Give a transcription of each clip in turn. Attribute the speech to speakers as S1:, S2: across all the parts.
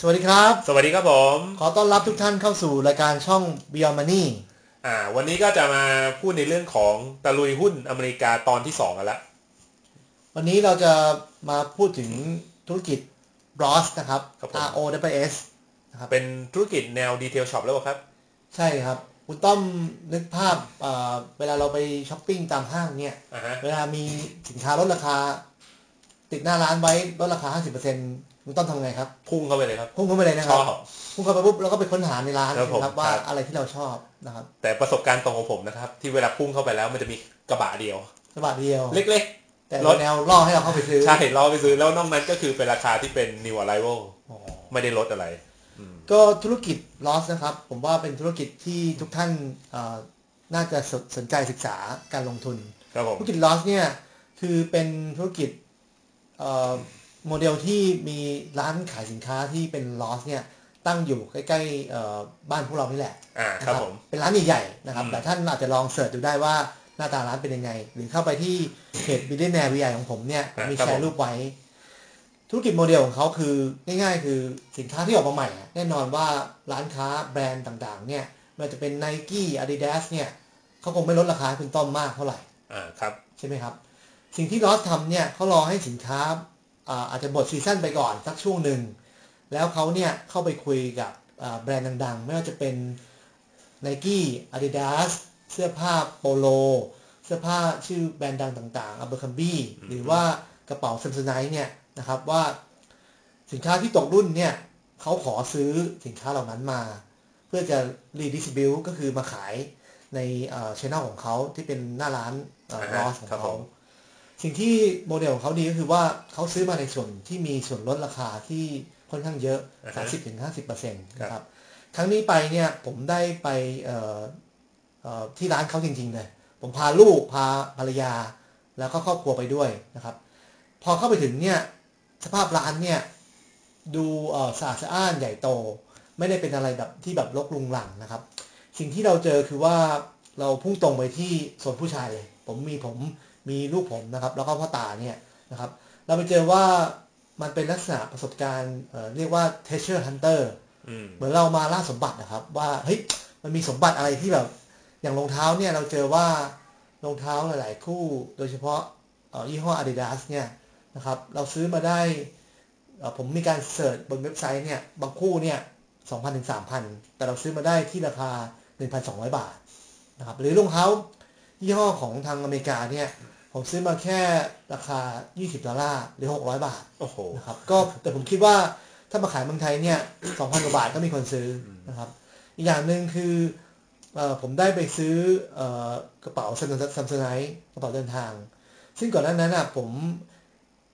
S1: สวัสดีครับ
S2: สวัสดีครับผม
S1: ขอต้อนรับทุกท่านเข้าสู่รายการช่อง Beyond Money
S2: อ่าวันนี้ก็จะมาพูดในเรื่องของตะลุยหุ้นอเมริกาตอนที่สองกันละ
S1: วันนี้เราจะมาพูดถึงธุรกิจ ROS นะครับ R O W S นะครับ
S2: เป็นธุรกิจแนวดีเทลช็อปแล้วเปล่าครับ
S1: ใช่ครับ คุณต้อมนึกภาพเอ่อเวลาเราไปช้อปปิ้งตามห้างเนี่ย
S2: อ่าฮะ
S1: เวลามีสินค้าลดราคา ติดหน้าร้านไว้ลดราคา 50%คุณต้อมทำไงครับ
S2: พุ่งเข้าไปเลยครับ
S1: พุ่งเข้าไปเลยนะค
S2: ช
S1: รับ
S2: อบ
S1: พุ่งเข้าไปปุ๊บแล้วก็ไปค้นหาในร้าน
S2: ครับผม
S1: นะครับว่า
S2: ครับ
S1: อะไรที่เราชอบนะครับ
S2: แต่ประสบการณ์ตรงของผมนะครับ ที่เวลาพุ่งเข้าไปแล้วมันจะมีกระบะเดียว
S1: ฉบับเดียว
S2: เล็ก
S1: แต่
S2: รถ
S1: แนวล่อให้เราเข้าไปซื้อ
S2: ๆ ใช่รอไปซื้อแล้วนอกนั้นก็คือเป็นราคาที่เป็น new arrival
S1: อ๋อ
S2: ไม่ได้ลดอะไร
S1: ก็ธุรกิจ loss นะครับ ผมว่าเป็นธุรกิจที่ทุกท่านเอ่อน่าจะสนสนใจศึกษาการลงทุน
S2: ครับผม
S1: ธุรกิจ loss เนี่ยคือเป็นธุรกิจเอ่อโมเดลที่มีร้านขายสินค้าที่เป็น loss เนี่ยตั้งอยู่ใกล้ๆเอ่อบ้านพวกเรานี่แหละ
S2: อ่า
S1: นะครับ
S2: ผม
S1: เป็นร้านใหญ่ๆนะครับ
S2: อืม
S1: แต่ท่านอาจจะลองเสิร์ชดูได้ว่าหน้าตาร้านเป็นยังไง หรือเข้าไปที่เพจ b i l l i o n a i r e VI ของผมเนี่ยผมมีแชร์รูปไว้ ธุรกิจโมเดลของเขาคือง่ายๆ คือสินค้าที่ออกมาใหม่อะแน่นอนว่าร้านค้าแบรนด์ต่างๆ เนี่ยไมันจะเป็น n i กี้ Adidas เนี่ยเขาคงไม่ลดราคาให้คุณต้อมมากเท่าไหร่
S2: อ่าครับ
S1: ใช่ไหมครับ สิ่งที่ลอสทำเนี่ยเขารอให้สินค้าอ่าอาจจะหมดซีซั่นไปก่อนสักช่วงหนึ่ง แล้วเขาเนี่ยเข้าไปคุยกับอ่าแบรนด์ดังๆ ไม่ว่าจะเป็น n i กี้ Adidas เสื้อผ้าโปโล เสื้อผ้าชื่อแบรนด์ดังต่างๆ a b e r c r o m b i e หรือว่ากระเป๋า Samsonite เนี่ยนะครับว่าสินค้าที่ตกรุ่นเนี่ยเขาขอซื้อสินค้าเหล่านั้นมา เพื่อจะรีดิสบิวก็คือมาขายในช่องของเขาที่เป็นหน้าร้าน
S2: อ่าร ฮะ
S1: อสของ
S2: ครับผ
S1: เขา
S2: ม
S1: สิ่งที่โมเดลของเขาดีก็คือว่าเขาซื้อมาในส่วนที่มีส่วนลดราคาที่ค่อนข้างเยอะ
S2: อ่าฮะ
S1: 30-50%นะครับครั้งนี้ไปเนี่ยผมได้ไปเอ่อ เอ่อที่ร้านเขาจริงๆเลย ผมพาลูกพาภรรยา แล้วก็ครอบครัวไปด้วยนะครับ พอเข้าไปถึงเนี่ยสภาพร้านเนี่ยดูเอ่อสะอาดสะอ้านใหญ่โต ไม่ได้เป็นอะไรแบบที่แบบรกรุงหลังนะครับ สิ่งที่เราเจอคือว่าเราพุ่งตรงไปที่โซนผู้ชายเลย ผมมีผมมีลูกผมนะครับ แล้วก็พ่อตาเนี่ยนะครับ เราไปเจอว่ามันเป็นลักษณะประสบการณ์เอ่อเรียกว่า treasure hunter
S2: อืม
S1: เหมือนเรามาล่าสมบัตินะครับ ว่าเฮ้ยมันมีสมบัติอะไรที่แบบ อย่างรองเท้าเนี่ยเราเจอว่ารองเท้าหลาย ๆ คู่ โดยเฉพาะเอ่อยี่ห้อ Adidas เนี่ยนะครับเราซื้อมาได้เอ่อผมมีการเสิร์ชบนเว็บไซต์เนี่ยบางคู่เนี่ยสองพันถึงสามพันแต่เราซื้อมาได้ที่ราคา 1,200 บาทนะครับหรือรองเท้ายี่ห้อของทางอเมริกาเนี่ยผมซื้อมาแค่ราคา 20ดอลลาร์หรือ 600 บาท
S2: โอ้โห
S1: นะครับก็แต่ผมคิดว่าถ้ามาขายเมืองไทยเนี่ยสองพันกว่าบาทก็มีคนซื้อนะครับอีกอย่างหนึ่งคือเออผมได้ไปซื้อเออกระเป๋าซัมซัมซุงไนกระเป๋าเดินทาง ซึ่งก่อนหน้านั้นน่ะผม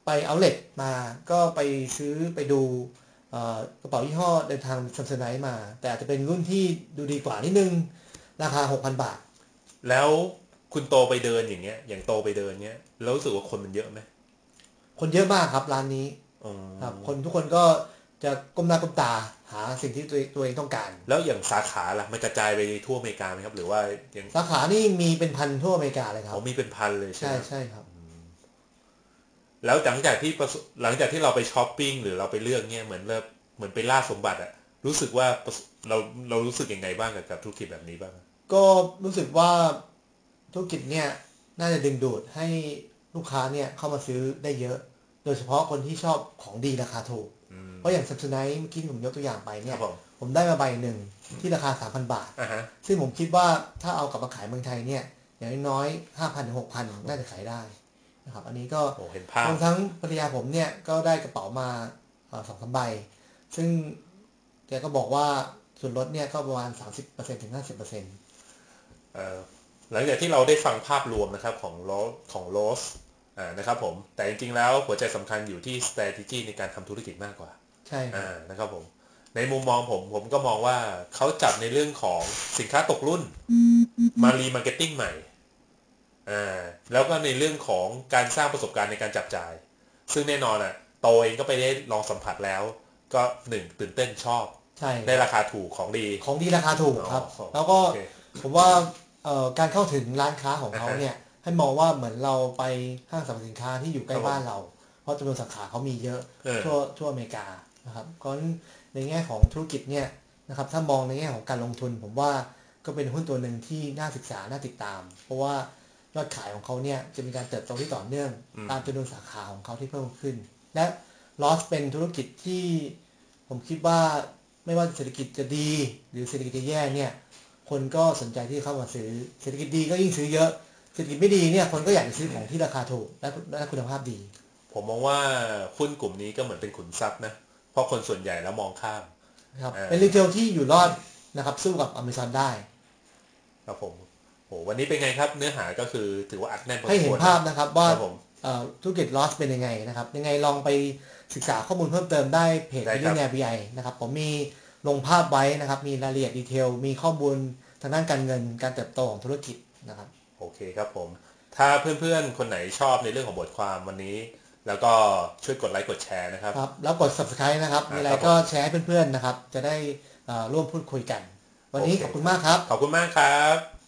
S1: ไปเอาเล็ตมาก็ไปซื้อไปดูเอ่อกระเป๋ายี่ห้อเดินทางซัมซุงไนมา แต่อาจจะเป็นรุ่นที่ดูดีกว่านิดนึง ราคา 6,000 บาท
S2: แล้วคุณโตไปเดินอย่างเงี้ย อย่างโตไปเดินเงี้ยแล้วรู้สึกว่าคนมันเยอะไหม
S1: คนเยอะมากครับร้านนี้
S2: อ๋อ
S1: ครับคนทุกคนก็จะก้มหน้าก้มตาหาสิ่งที่ตัวเองตัวเองต้องการ
S2: แล้วอย่างสาขาล่ะมันกระจายไปทั่วอเมริกาไหมครับ หรือว่าอย่าง
S1: สาขานี่มีเป็นพันทั่วอเมริกาเลยครับ
S2: เขามีเป็นพันเลยใช่
S1: ใช่
S2: ไหม
S1: ใช่ครับ
S2: แล้วหลังจากที่ประสบหลังจากที่เราไปช้อปปิ้งหรือเราไปเลือกเนี่ยเหมือนเราเหมือนไปล่าสมบัติอะรู้สึกว่าประสเราเรารู้สึกยังไงบ้างกับกับธุรกิจแบบนี้บ้าง
S1: ก็รู้สึกว่าธุรกิจเนี่ยน่าจะดึงดูดให้ลูกค้าเนี่ยเข้ามาซื้อได้เยอะ โดยเฉพาะคนที่ชอบของดีราคาถูก
S2: อืม
S1: เพราะอย่างซัมซุงไนเมื่อกี้ผมยกตัวอย่างไป
S2: ค
S1: เนี่ย
S2: รับผม
S1: ผมได้มาใบหนึ่งที่ราคา 3,000 บาท
S2: อ่าฮะ
S1: ซึ่งผมคิดว่าถ้าเอากลับมาขายเมืองไทยเนี่ยอย่างน้อยๆ5,000ถึง6,000 น่าจะขายได้นะครับอันนี้ก็
S2: โอ้เห็นภาพ
S1: รวมทั้งภรรยาผมเนี่ยก็ได้กระเป๋ามาสองสามใบ ซึ่งแกก็บอกว่าส่วนลดเนี่ยก็ประมาณ 30%ถึง 50%
S2: เอ่อหลังจากที่เราได้ฟังภาพรวมนะครับของโลของโลสอ่านะครับผมแต่จริงๆแล้วหัวใจสำคัญอยู่ที่ strategy ในการทำธุรกิจมากกว่า
S1: ใช่ครับ
S2: อ่านะครับผมในมุมมองผมผมก็มองว่าเขาจับในเรื่องของสินค้าตกรุ่นมารีมาร์เก็ตติ้งใหม่อ่าแล้วก็ในเรื่องของการสร้างประสบการณ์ในการจับจ่าย ซึ่งแน่นอนอ่ะโตเองก็ไปได้ลองสัมผัสแล้ว ก็หนึ่งตื่นเต้นชอบ
S1: ใช่
S2: ได้ราคาถูกของดี
S1: ของดีราคาถูกครับ
S2: อ๋อ
S1: แล้วก็
S2: โอเค
S1: ผมว่าเอ่อการเข้าถึงร้านค้าของเขา
S2: อ่าฮะ
S1: เนี่ยให้มองว่าเหมือนเราไปห้างสรรพสินค้าที่อยู่ใกล้บ้านเรา เพราะจำนวนสาขาเขามีเยอะ
S2: เออ
S1: ทั่วทั่วอเมริกา นะครับก็ในแง่ของธุรกิจเนี่ยนะครับถ้ามองในแง่ของการลงทุน ผมว่าก็เป็นหุ้นตัวหนึ่งที่น่าศึกษาน่าติดตาม เพราะว่ายอดขายของเขาเนี่ยจะมีการเติบโตที่ต่อเนื่อง
S2: อืม
S1: ตามจำนวนสาขาของเขาที่เพิ่มขึ้น และลอสเป็นธุรกิจที่ผมคิดว่าไม่ว่าเศรษฐกิจจะดี หรือเศรษฐกิจจะแย่เนี่ยคนก็สนใจที่เข้ามาซื้อเศรษฐกิจดีก็ยิ่งซื้อเยอะเศรษฐกิจไม่ดีเนี่ยคนก็อยากจะซื้อของที่ราคาถูกและและคุณภาพดี
S2: ผมมองว่าหุ้นกลุ่มนี้ก็เหมือนเป็นขุนทรัพย์นะ เพราะคนส่วนใหญ่แล้วมองข้าม
S1: นะครับ
S2: เออ
S1: เป็นรีเทลที่อยู่รอดนะครับสู้กับอเมซอนได้
S2: ครับผมโหวันนี้เป็นไงครับ เนื้อหาก็คือถือว่าอัดแน่นพอส
S1: ให้
S2: ม
S1: เห็
S2: คน วร
S1: ภาพนะครับว่า
S2: ครับผม
S1: เอ่อธุรกิจลอสเป็นยังไงนะครับ ยังไงลองไปศึกษาข้อมูลเพิ่มเติมได้เพจ
S2: ได้ครับ
S1: ที่เนียบีไอนะครับ ผมมีลงภาพไว้นะครับ มีรายละเอียดดีเทล มีข้อมูลทางด้านการเงินการเติบโตของธุรกิจนะครับ
S2: โอเคครับผม ถ้าเพื่อนๆ คนไหนชอบในเรื่องของบทความวันนี้ แล้วก็ช่วยกดไลค์กดแชร์นะครับ
S1: ครับ แล้วกด subscribe นะครับ
S2: อ่ามี
S1: มีอะไร
S2: ครับผม
S1: ก็แชร์ให้เพื่อนๆนะครับ จะได้เอ่อร่วมพูดคุยกัน วันนี้
S2: โอเค
S1: ขอบคุณมากครับ
S2: ขอบคุณมากครับ